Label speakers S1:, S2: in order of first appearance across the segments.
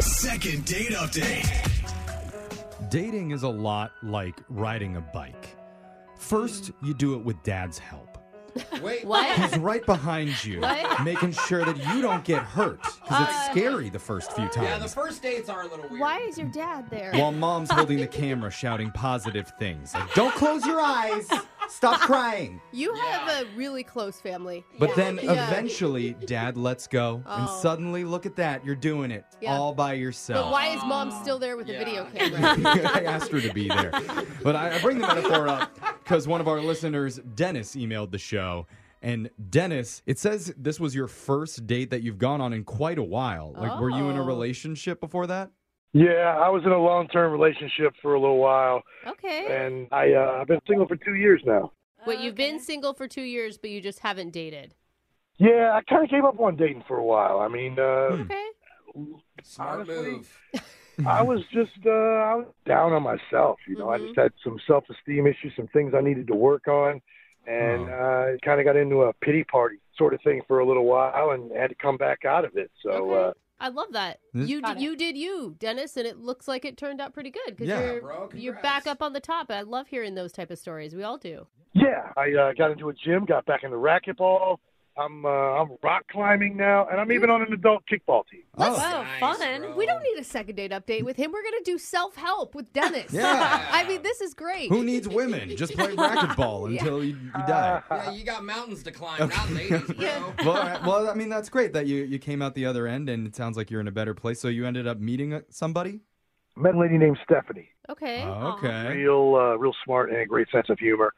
S1: Second date update.
S2: Dating is a lot like riding a bike. First, you do it with dad's help.
S3: Wait,
S4: What?
S2: He's right behind you,
S4: What?
S2: making sure that you don't get hurt because
S5: Uh.
S2: it's scary the first few times.
S3: Yeah, the first dates are a little weird.
S5: Why is your dad there?
S2: While mom's holding the camera, shouting positive things like, "Don't close your eyes, stop crying."
S5: You have a really close family.
S2: But then
S5: Yeah.
S2: eventually, dad lets go, and
S5: Oh.
S2: suddenly, look at that, you're doing it
S5: Yeah.
S2: all by yourself.
S5: But why is mom still there with
S3: Yeah.
S5: a video camera?
S2: I asked her to be there. But I, I bring the metaphor up because one of our listeners, Dennis, emailed the show. And Dennis, it says this was your first date that you've gone on in quite a while. Like, were you in a
S4: Oh.
S2: relationship before that?
S6: Yeah, I was in a long term relationship for a little while,
S5: okay.
S6: and I, uh, I've been single for two years now.
S4: Wait, you've been single for two years, but you just haven't dated.
S6: Yeah, I kind of gave up on dating for a while. I mean, uh,
S5: Okay.
S3: Smart
S6: Honestly,
S3: move.
S6: I was just uh, I was down on myself. You know, I just had some self esteem issues, some things I needed to work on, and uh, kind of got into a pity party sort of thing for a little while, and had to come back out of it. So.
S4: Okay.
S6: Uh,
S4: I love that.
S2: This-
S4: You did, you did you, Dennis, and it looks like it turned out pretty good because
S2: Yeah.
S4: you're
S3: Bro,
S4: you're
S3: congrats.
S4: back up on the top. I love hearing those type of stories. We all do.
S6: Yeah, I uh, got into a gym, got back into racquetball. I'm uh, I'm rock climbing now, and I'm even on an adult kickball team.
S2: oh,
S5: wow,
S3: Nice,
S5: fun.
S3: bro.
S5: We don't need a second date update with him. We're going to do self help with Dennis.
S2: Yeah.
S5: I mean, this is great.
S2: who needs women? Just play racquetball until you, you die.
S3: Yeah, you got mountains to climb, not ladies, bro.
S2: well, all right. well, I mean, that's great that you, you came out the other end and it sounds like you're in a better place. So you ended up meeting uh, somebody?
S6: Met a lady named Stephanie.
S4: Okay.
S2: Oh. Okay.
S6: Real uh, real smart and a great sense of humor.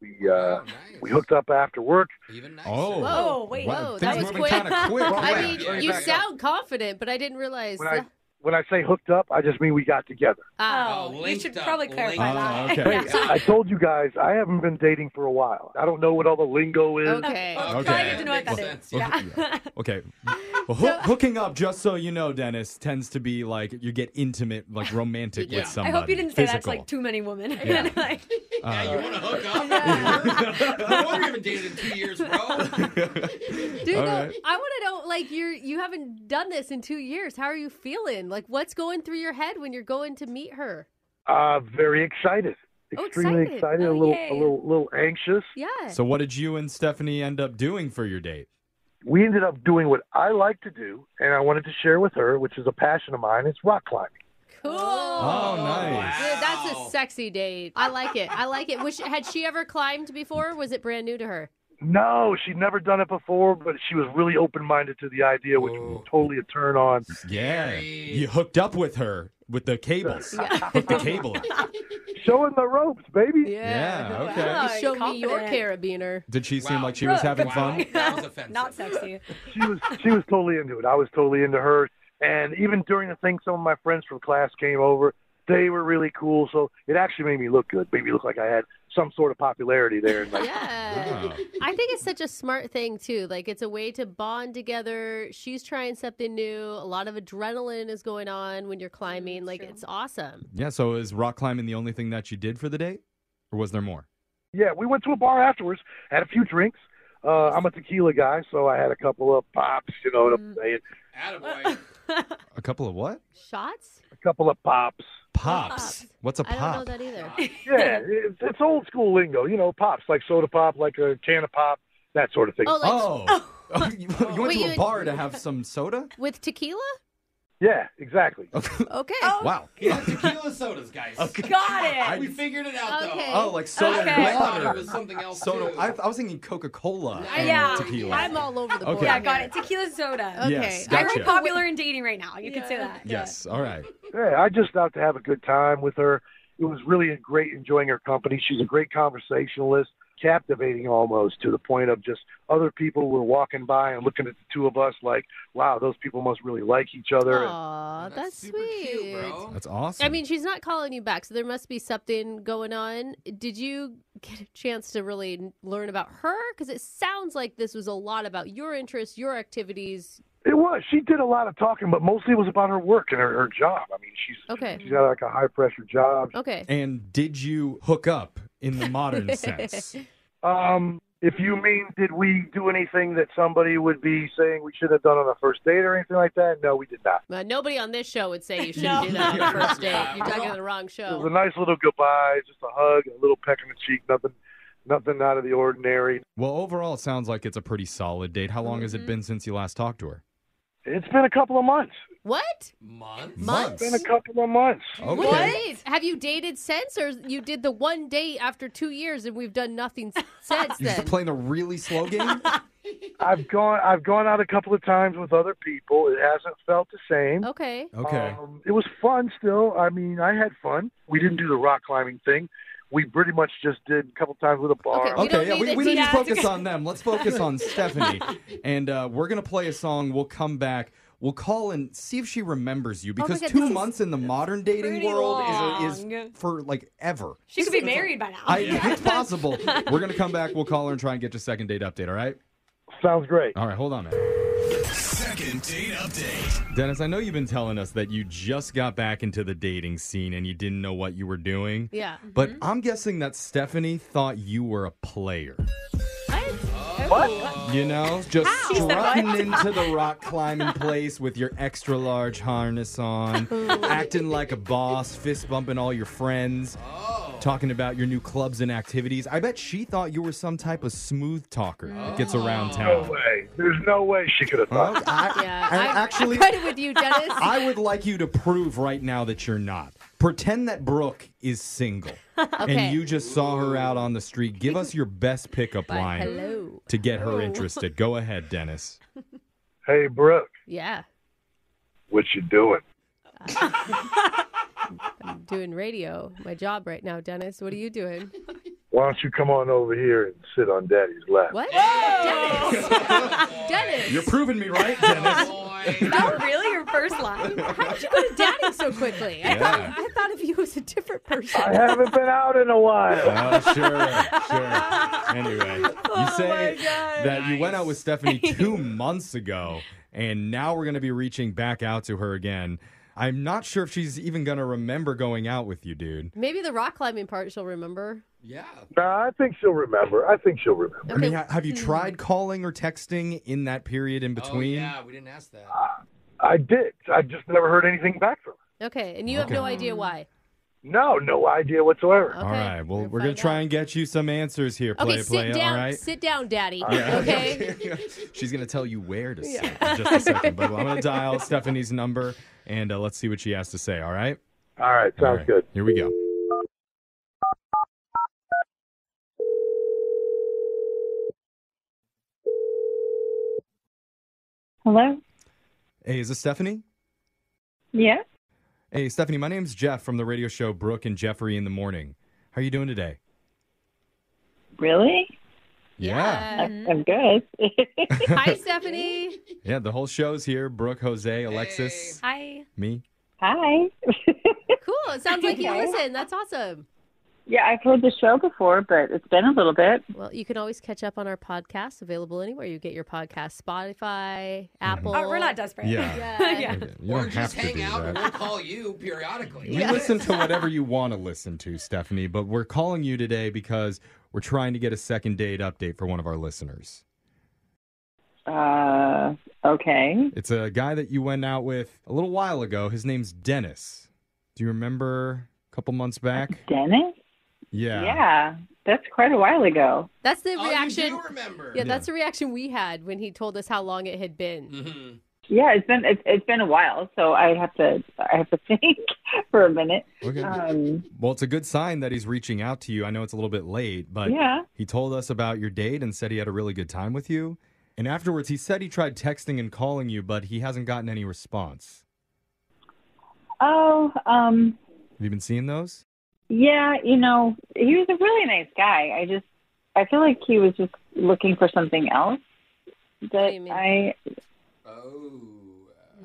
S6: We uh,
S3: Oh, nice.
S6: we hooked up after work.
S3: Even nicer.
S2: Oh.
S4: Whoa, wait,
S2: Wow,
S4: whoa,
S2: Things
S4: that was
S2: moving
S4: quick.
S2: kind of quick.
S4: I mean,
S3: Yeah,
S4: you
S3: back up.
S4: sound confident, but I didn't realize.
S6: When I
S4: the-
S6: when I say hooked up, I just mean we got together.
S4: Ah,
S3: Oh, you should probably clarify
S2: Oh, okay.
S6: I told you guys I haven't been dating for a while. I don't know what all the lingo
S5: Oh,
S6: is.
S4: okay.
S2: Okay.
S3: to know what that is.
S2: Okay. Well, hoo- hooking up, just so you know, Dennis, tends to be like you get intimate, like romantic
S3: Yeah.
S2: with somebody.
S7: I hope you didn't say that's
S2: Physical.
S7: like too many women.
S2: Yeah.
S7: Like,
S3: Yeah, you want to hook up? I wonder you haven't dated in two years, bro.
S5: Dude,
S2: All
S5: no,
S2: right.
S5: I want to know, like, you're you haven't done this in two years. How are you feeling? Like, what's going through your head when you're going to meet her?
S6: Uh, very excited.
S5: Oh,
S6: Extremely
S5: excited.
S6: excited, a
S5: Oh,
S6: little
S5: yay.
S6: a little little anxious.
S5: Yeah.
S2: So, what did you and Stephanie end up doing for your date?
S6: we ended up doing what I like to do, and I wanted to share with her, which is a passion of mine. It's rock climbing.
S4: Cool.
S2: Oh, nice.
S4: Yeah, that's
S3: Wow.
S4: a sexy date. I like it. I like it. Was, had she ever climbed before? Was it brand new to her?
S6: No, she'd never done it before, but she was really open-minded to the idea, which was
S5: Oh.
S3: Whoa.
S6: totally a turn on.
S2: Yeah.
S3: Scary.
S2: You hooked up with her with the cables.
S4: Yeah.
S2: Hooked the cable. up.
S6: Showing the ropes, baby.
S2: Yeah. Okay.
S7: Wow.
S4: You Show me your
S7: confident.
S4: carabiner.
S2: Did she seem
S3: Wow.
S2: like she was having
S3: wow.
S2: fun?
S3: That was offensive.
S7: not sexy.
S6: She was she was totally into it. I was totally into her. And even during the thing, some of my friends from class came over. They were really cool, so it actually made me look good. Made me look like I had some sort of popularity there. And like,
S4: Yeah.
S2: Wow.
S4: I think it's such a smart thing too. Like it's a way to bond together. She's trying something new. A lot of adrenaline is going on when you're climbing. Like it's awesome.
S2: Yeah. So, is rock climbing the only thing that you did for the date, or was there more?
S6: Yeah, we went to a bar afterwards, had a few drinks. Uh, I'm a tequila guy, so I had a couple of pops. You know what I'm saying?
S3: Attaboy.
S2: A couple of what?
S5: Shots?
S6: A couple of pops.
S2: Pops. What's a
S5: I don't know
S2: pop?
S5: that either.
S6: Yeah, it's, it's old school lingo. You know, pops like soda pop, like a can of pop, that sort of thing.
S5: Oh, like
S2: Oh. you you went
S5: Wait,
S2: to a
S5: you-
S2: bar to have some soda?
S5: with tequila?
S6: yeah, exactly.
S5: Okay.
S2: Wow.
S3: He had tequila sodas, guys.
S7: Got it.
S3: We figured it out, though.
S5: Okay. Uh,
S2: Oh, like soda
S7: Okay.
S2: and
S3: I thought it
S2: water.
S3: was something else.
S2: Soda.
S3: too.
S2: I, I was thinking Coca Cola and
S7: yeah.
S2: tequila.
S5: I'm all over the
S2: Okay.
S5: board.
S7: Yeah, got it. Tequila soda.
S5: Okay.
S2: Yes,
S5: I
S7: Very
S2: gotcha.
S7: popular in dating right now. You could say that.
S2: Yes. All right.
S6: Yeah, I just out to have a good time with her. It was really great enjoying her company. She's a great conversationalist, captivating almost to the point of just other people were walking by and looking at the two of us like, wow, those people must really like each other.
S5: Aw, that's,
S3: super
S5: sweet.
S3: cute, bro.
S2: That's awesome.
S5: I mean, she's not calling you back, so there must be something going on. Did you get a chance to really n- learn about her? Because it sounds like this was a lot about your interests, your activities.
S6: It was. She did a lot of talking, but mostly it was about her work and her, her job. I mean, she's
S5: Okay.
S6: she's got like a high pressure job.
S5: Okay.
S2: and did you hook up in the modern sense?
S6: Um, if you mean, did we do anything that somebody would be saying we should have done on a first date or anything like that? No, we did not.
S5: Uh, nobody on this show would say you shouldn't do that on the first date. You're talking to the wrong
S6: It was a
S5: show.
S6: nice little goodbye, just a hug, a little peck on the cheek, nothing, nothing out of the ordinary.
S2: Well, overall, it sounds like it's a pretty solid date. How long has
S5: Mm-hmm.
S2: it been since you last talked to her?
S6: It's been a couple of months.
S5: What?
S3: Month?
S5: Months?
S6: It's been a couple of months.
S2: Okay.
S5: What? Have you dated since, or you did the one date after two years and we've done nothing s- since
S2: You're
S5: then?
S2: just playing a really slow game?
S6: I've gone, I've gone out a couple of times with other people. It hasn't felt the same.
S5: Okay.
S2: Okay.
S6: Um, it was fun still. I mean, I had fun. We didn't do the rock climbing thing. We pretty much just did a couple times with a bar.
S5: Okay, we don't
S2: Okay, yeah,
S5: need
S2: we,
S5: the
S2: we need to
S5: details.
S2: focus on them. Let's focus on Stephanie. And uh, we're going to play a song. We'll come back. We'll call and see if she remembers you because
S5: God,
S2: two
S5: this is
S2: months in the modern dating
S7: pretty
S2: world is, is
S7: long.
S2: for like ever.
S7: She could be married by now.
S2: I, It's possible. We're going to come back. We'll call her and try and get your second date update, all right?
S6: Sounds great.
S2: All right, hold on, man.
S1: Second date update.
S2: Dennis, I know you've been telling us that you just got back into the dating scene and you didn't know what you were doing.
S5: Yeah. Mm-hmm.
S2: But I'm guessing that Stephanie thought you were a player. You know, just strutting into the rock climbing place with your extra large harness on, acting like a boss, fist bumping all your friends,
S6: Oh.
S2: talking about your new clubs and activities. I bet she thought you were some type of smooth talker that gets around
S6: Oh. No
S2: town.
S6: way. There's no way she could have thought.
S2: Well, I,
S5: Yeah.
S2: and
S5: I,
S2: actually,
S5: I credit with you, Dennis.
S2: I would like you to prove right now that you're not. Pretend that Brooke is single
S5: Okay.
S2: and you just saw her out on the street. Give us your best pickup line
S5: Hello.
S2: to get her interested. Go ahead, Dennis.
S6: Hey, Brooke,
S5: Yeah.
S6: what you doing?
S5: I'm doing radio, my job right now, Dennis. What are you doing?
S6: Why don't you come on over here and sit on Daddy's lap?
S5: What? Dennis. Dennis.
S2: You're proving me right, Dennis.
S3: Boy.
S7: That really your first line?
S5: How did you go to daddy so quickly? I,
S2: Yeah.
S5: thought, I thought of you as a different person.
S6: I haven't been out in a while.
S2: Oh, sure, sure. Anyway,
S5: Oh
S2: you say that you went out with Stephanie two months ago, and now we're going to be reaching back out to her again. I'm not sure if she's even going to remember going out with you, dude.
S5: Maybe the rock climbing part she'll remember.
S3: Yeah.
S6: Nah, I think she'll remember. I think she'll remember.
S2: I mean, ha- have you tried calling or texting in that period in between?
S3: Oh, yeah, we didn't ask that.
S6: I did. I just never heard anything back from her.
S5: Okay, and you have no idea why.
S6: No, no idea whatsoever.
S5: Okay.
S2: Mm. All right. Well, we're,
S5: We'll
S2: going
S5: find
S2: to try
S5: out.
S2: and get you some answers here, play
S5: okay,
S2: play.
S5: sit down.
S2: All right.
S5: Sit down, daddy. Okay?
S2: She's going to tell you where to sit in just a second. But I'm going to dial Stephanie's number and uh, let's see what she has to say. All right.
S5: Oh.
S6: All right, sounds
S2: All right,
S6: good.
S2: Here we go.
S8: Hello?
S2: Hey, is this Stephanie?
S8: Yeah?
S2: Hey, Stephanie, my name's Jeff from the radio show Brooke and Jeffrey in the Morning. How are you doing today?
S8: Really?
S2: Yeah.
S8: I'm good.
S5: Hi, Stephanie.
S2: Yeah, the whole show's here. Brooke, Jose, Alexis,
S7: Hi.
S2: me.
S8: Hi.
S5: Cool. It sounds like you listen. That's awesome.
S8: Yeah, I've heard the show before, but it's been a little bit.
S5: Well, you can always catch up on our podcast, available anywhere you get your podcast Spotify, Apple.
S7: Oh, we're not desperate.
S2: Yeah.
S5: Yeah.
S7: Yeah.
S2: You
S3: or
S2: don't
S3: just
S2: have to
S3: hang
S2: do
S3: out
S2: that.
S3: and we'll call you periodically.
S2: You listen to whatever you want to listen to, Stephanie, but we're calling you today because we're trying to get a second date update for one of our listeners.
S8: Uh, okay.
S2: It's a guy that you went out with a little while ago. His name's Dennis. Do you remember a couple months back?
S8: Dennis?
S2: Yeah.
S8: Yeah, that's quite a while ago.
S5: That's the
S3: Oh,
S5: reaction.
S3: you do remember.
S5: yeah, that's the reaction we had when he told us how long it had been.
S3: hmm
S8: Yeah, it's been it's, it's been a while, so I have to I have to think for a minute.
S2: Okay.
S8: Um,
S2: Well, it's a good sign that he's reaching out to you. I know it's a little bit late, but
S8: Yeah.
S2: he told us about your date and said he had a really good time with you. And afterwards, he said he tried texting and calling you, but he hasn't gotten any response.
S8: oh, um,
S2: Have you been seeing those?
S8: yeah, you know, he was a really nice guy. I just I feel like he was just looking for something else
S5: do
S8: that
S5: you mean?
S8: I
S3: Oh.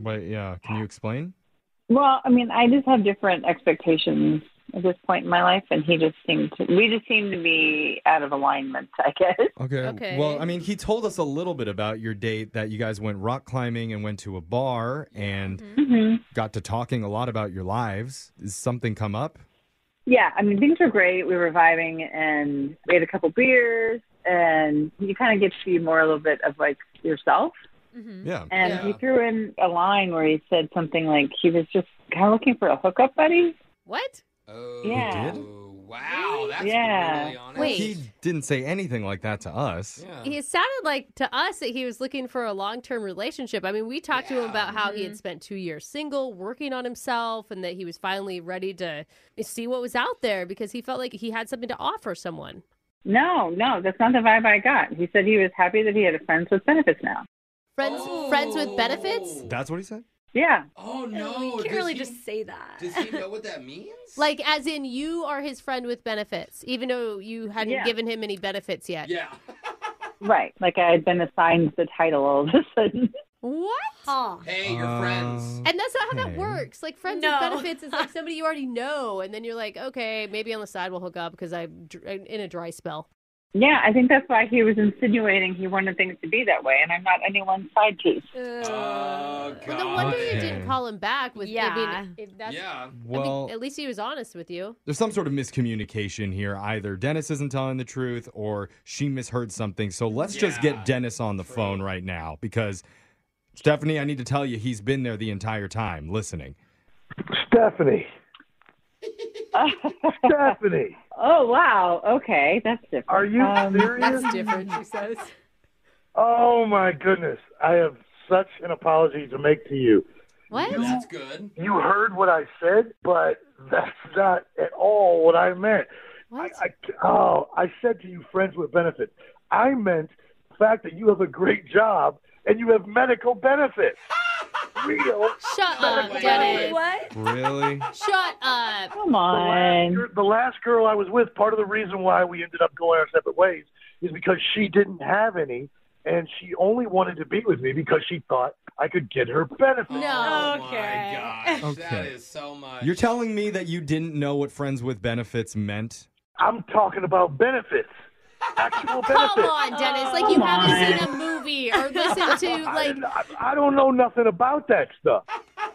S2: But yeah, can you explain?
S8: Well, I mean, I just have different expectations at this point in my life, and he just seemed to, we just seem to be out of alignment, I guess.
S2: Okay.
S5: Okay.
S2: Well, I mean, he told us a little bit about your date that you guys went rock climbing and went to a bar and
S8: Mm-hmm.
S2: got to talking a lot about your lives. Is something come up?
S8: Yeah, I mean, things were great. We were vibing, and we had a couple beers, and you kind of get to see more a little bit of like yourself.
S2: Yeah.
S8: And
S3: Yeah.
S8: he threw in a line where he said something like he was just kind of looking for a hookup buddy.
S5: What?
S3: Oh.
S8: Yeah.
S2: did?
S3: Wow. That's
S8: Yeah.
S3: really honest.
S5: Wait.
S2: He didn't say anything like that to us.
S3: Yeah.
S5: It sounded like to us that he was looking for a long term relationship. I mean, we talked to him
S3: Yeah.
S5: about how he had spent two years single, working on himself, and that he was finally ready to see what was out there because he felt like he had something to offer someone.
S8: No, no, that's not the vibe I got. He said he was happy that he had a friends with benefits now.
S5: Friends, friends with benefits.
S3: Oh.
S2: That's what he said?
S8: Yeah.
S3: Oh
S7: Oh,
S3: no!
S7: you can't
S3: does
S7: really
S3: he-
S7: just say that.
S3: Does he know what that means?
S5: Like, as in, you are his friend with benefits, even though you hadn't
S8: Yeah.
S5: given him any benefits yet.
S3: Yeah.
S8: Right. Like I had been assigned the title all of a sudden.
S5: What?
S7: huh.
S3: Hey, your
S2: Uh,
S3: friends.
S5: And that's not how
S2: Okay.
S5: that works. Like, friends
S7: No.
S5: with benefits is like somebody you already know, and then you're like, okay, maybe on the side we'll hook up because I'm dr- in a dry spell.
S8: Yeah, I think that's why he was insinuating he wanted things to be that way, and I'm not anyone's side piece.
S3: Oh god.
S5: Well, no wonder you
S2: Okay.
S5: didn't call him back. With
S7: Yeah.
S5: I mean, if that's,
S3: Yeah.
S2: Well,
S5: I mean, at least he was honest with you.
S2: there's some sort of miscommunication here. Either Dennis isn't telling the truth or she misheard something. So let's just
S3: Yeah.
S2: get Dennis on the phone right now because Stephanie, I need to tell you, he's been there the entire time listening.
S6: Stephanie. Stephanie,
S8: Oh wow, okay, that's different.
S6: are you serious?
S5: Um, That's different, she says.
S6: Oh my goodness. I have such an apology to make to you.
S5: What?
S3: That's good.
S6: You heard what I said, but that's not at all what I meant.
S5: What?
S6: I, I, oh, I said to you, friends with benefits. I meant the fact that you have a great job and you have medical benefits. Real.
S5: Shut up,
S3: wait.
S5: Dennis.
S7: What?
S2: Really?
S5: Shut up.
S8: Come
S6: The last,
S8: on.
S6: gir- the last girl I was with, part of the reason why we ended up going our separate ways is because she didn't have any, and she only wanted to be with me because she thought I could get her benefits.
S5: No.
S3: Oh
S7: Okay.
S3: my gosh. That
S2: Okay.
S3: is so much.
S2: You're telling me that you didn't know what friends with benefits meant?
S6: I'm talking about benefits, actual
S5: Oh, Come
S6: benefits.
S7: Oh.
S5: on, Dennis. Like you haven't
S3: Oh.
S5: seen a movie or listened to
S6: I,
S5: like
S6: didn't- I, I don't know nothing about that stuff.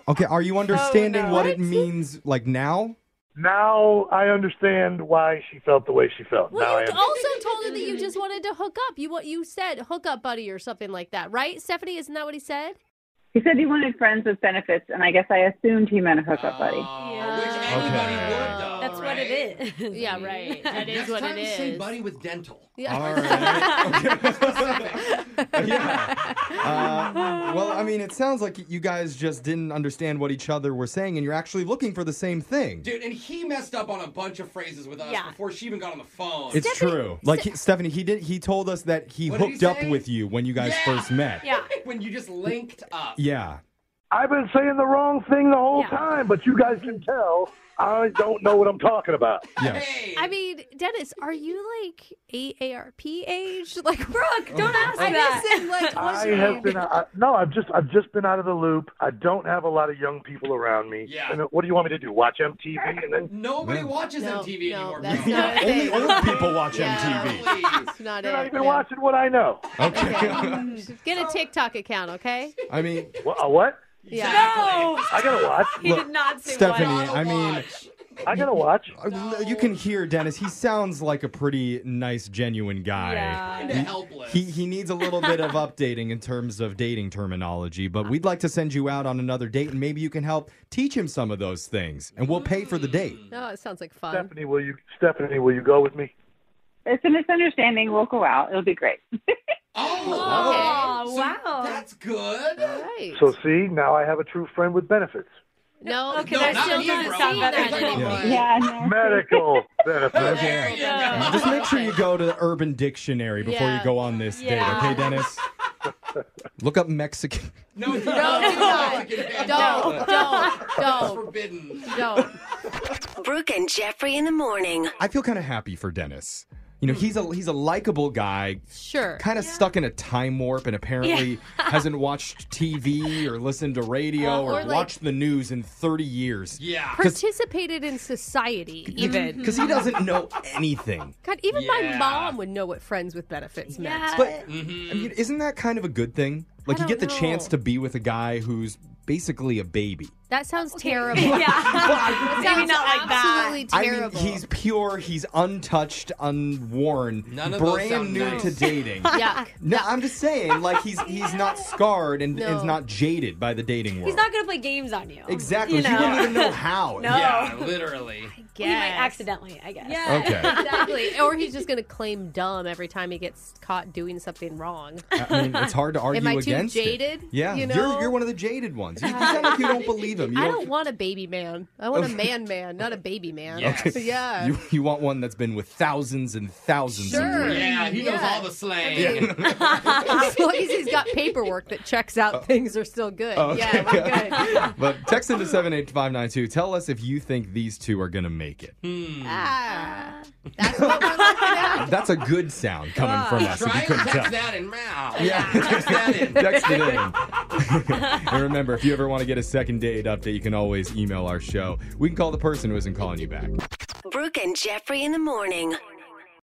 S2: Okay, are you understanding
S7: no.
S2: what it means like now?
S6: Now I understand why she felt the way she felt. now
S5: Well,
S6: I
S5: you
S6: am.
S5: also told her that you just wanted to hook up. You what you said, hook up buddy or something like that, right? Stephanie, isn't that what he said?
S8: He said he wanted friends with benefits, and I guess I assumed he meant a hookup buddy.
S3: Oh,
S7: Yeah.
S3: Which anybody
S2: Okay.
S3: would though.
S7: That's what it is.
S5: Yeah, right. That is
S3: Next
S5: what
S3: time,
S5: it is.
S3: say buddy with dental.
S5: Yeah.
S2: All right. Okay. yeah. Uh, well, I mean, it sounds like you guys just didn't understand what each other were saying, and you're actually looking for the same thing.
S3: Dude, and he messed up on a bunch of phrases with us
S7: Yeah.
S3: before she even got on the phone.
S2: It's true. Like he, Stephanie, he did. He told us that he
S3: What did he
S2: hooked up
S3: say?
S2: with you when you guys
S3: Yeah.
S2: first met.
S7: Yeah.
S3: when you just linked up.
S2: Yeah.
S6: I've been saying the wrong thing the whole
S7: Yeah.
S6: time, but you guys can tell I don't know what I'm talking about.
S2: Yes.
S5: I mean, Dennis, are you like AARP age? Like,
S7: Brooke, don't ask
S5: I'm
S7: that.
S5: just saying, like, what's
S6: I
S5: your
S6: have been I, no, I've just I've just been out of the loop. I don't have a lot of young people around me.
S3: Yeah.
S6: And what do you want me to do? Watch MTV and then
S3: Nobody
S2: Yeah.
S3: watches
S5: No,
S3: MTV
S5: no,
S3: anymore.
S5: that's
S3: bro.
S5: not a
S2: Only
S5: thing.
S2: old people watch
S5: Yeah.
S2: MTV.
S3: Please.
S5: It's not
S6: you're
S5: it.
S6: not even
S5: man.
S6: watching what I know.
S2: Okay.
S5: Okay. Get a TikTok account, okay?
S2: I mean,
S6: What? Uh, what?
S5: Yeah.
S7: No,
S6: I gotta watch.
S7: he
S2: Look,
S7: did not say
S2: Stephanie,
S7: what.
S2: I mean, uh,
S6: I gotta watch.
S2: you can hear Dennis. He sounds like a pretty nice, genuine guy.
S7: Yeah.
S3: Kinda helpless.
S2: He, he needs a little bit of updating in terms of dating terminology, but we'd like to send you out on another date and maybe you can help teach him some of those things and we'll pay for the date.
S5: No, it sounds like fun.
S6: Stephanie, will you? Stephanie, will you go with me?
S8: It's a misunderstanding. We'll go out. It'll be great.
S3: oh,
S7: Oh,
S3: so
S7: wow.
S3: That's good.
S5: All right.
S6: So see, now I have a true friend with benefits.
S5: no,
S7: okay,
S3: No,
S7: that
S3: not
S7: still
S3: you,
S7: doesn't
S3: bro.
S7: sound better
S3: Not
S7: than
S3: you.
S7: anymore.
S8: Yeah, no.
S6: Medical benefits.
S3: There you go.
S2: Just make sure you go to Urban Dictionary before
S5: Yeah.
S2: you go on this
S7: Yeah.
S2: date, okay, Dennis? Look up Mexican.
S3: No, do
S5: do not.
S3: not. do not.
S5: Don't, don't,
S3: It's
S5: don't,
S3: forbidden.
S5: don't.
S9: Brooke and Jeffrey in the morning.
S2: I feel kind of happy for Dennis. You know, he's a he's a likable guy,
S5: Sure.
S2: kind of stuck in a time warp and apparently hasn't watched TV or listened to radio
S5: Uh,
S2: or,
S5: or, like-
S2: watched the news in 30 years.
S3: Yeah.
S5: Participated in society, even.
S2: Because he doesn't know anything.
S5: God, even my
S3: Yeah.
S5: mom would know what friends with benefits meant.
S7: Yeah.
S2: But I mean, isn't that kind of a good thing? Like you
S5: Uh, don't
S2: get the
S5: know.
S2: chance to be with a guy who's basically a baby.
S5: That sounds terrible.
S7: yeah.
S5: That
S7: Maybe
S5: sounds
S7: not like that.
S5: absolutely
S2: I mean,
S5: terrible.
S2: he's pure, he's untouched, unworn,
S3: None of those
S2: brand
S3: sound
S2: new
S3: nice.
S2: to dating.
S5: Yuck.
S2: No, I'm just saying, like he's he's not scarred and, and
S5: No.
S2: is not jaded by the dating world.
S7: He's not going to play games on you.
S2: exactly.
S7: You know?
S2: He wouldn't even know how.
S7: No.
S3: Yeah, literally.
S7: Well, you might accidentally, I guess.
S5: Yeah.
S2: Okay.
S5: Exactly. Or he's just going to claim dumb every time he gets caught doing something wrong.
S2: I mean, it's hard to argue
S5: Am I too
S2: against. it.
S5: jaded?
S2: Yeah,
S5: You know?
S2: are you're one of the jaded ones. You, you sound like you don't believe him. You
S5: I don't want a baby man. I want a man man, not a baby man.
S3: Yes.
S5: Yeah.
S2: You, you want one that's been with thousands and thousands of
S5: Sure.
S2: women.
S3: Yeah, he knows all the slang.
S5: as long as he's got paperwork that checks out things are still good.
S2: Oh, okay.
S5: Yeah, we're good.
S2: But text into 78592. Tell us if you think these two are going to make it.
S5: Ah, that's what we're Oh. looking at.
S2: That's a good sound coming from us, if
S3: Try
S2: you
S3: and
S2: couldn't
S3: text
S2: tell.
S3: that in now.
S2: Yeah.
S3: Text that in.
S2: Text it in. and remember, if you ever want to get a second date update, you can always email our show. We can call the person who isn't calling you back.
S9: Brooke and Jeffrey in the morning.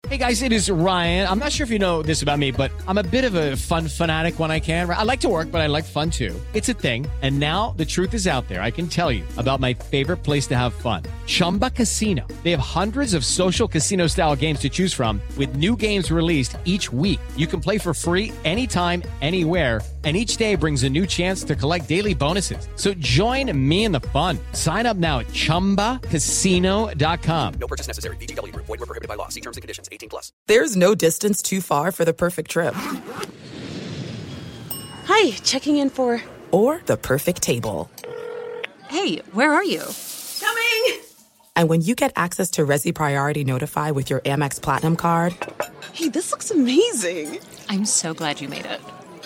S10: Hey guys, it is Ryan. I'm not sure if you know this about me, but I'm a bit of a fun fanatic when I can. I like to work, but I like fun too. It's a thing. And now the truth is out there. I can tell you about my favorite place to have fun Chumba Casino. They have hundreds of social casino style games to choose from, with new games released each week. You can play for free anytime, anywhere. And each day brings a new chance to collect daily bonuses. So join me in the fun. Sign up now at chumbacasino.com.
S11: There's no distance too far for the perfect trip.
S12: Hi, checking in for.
S11: Or the perfect table.
S12: Hey, where are you?
S7: Coming!
S11: And when you get access to Resi Priority Notify with your Amex Platinum card
S12: Hey, this looks amazing. I'm so glad you made it.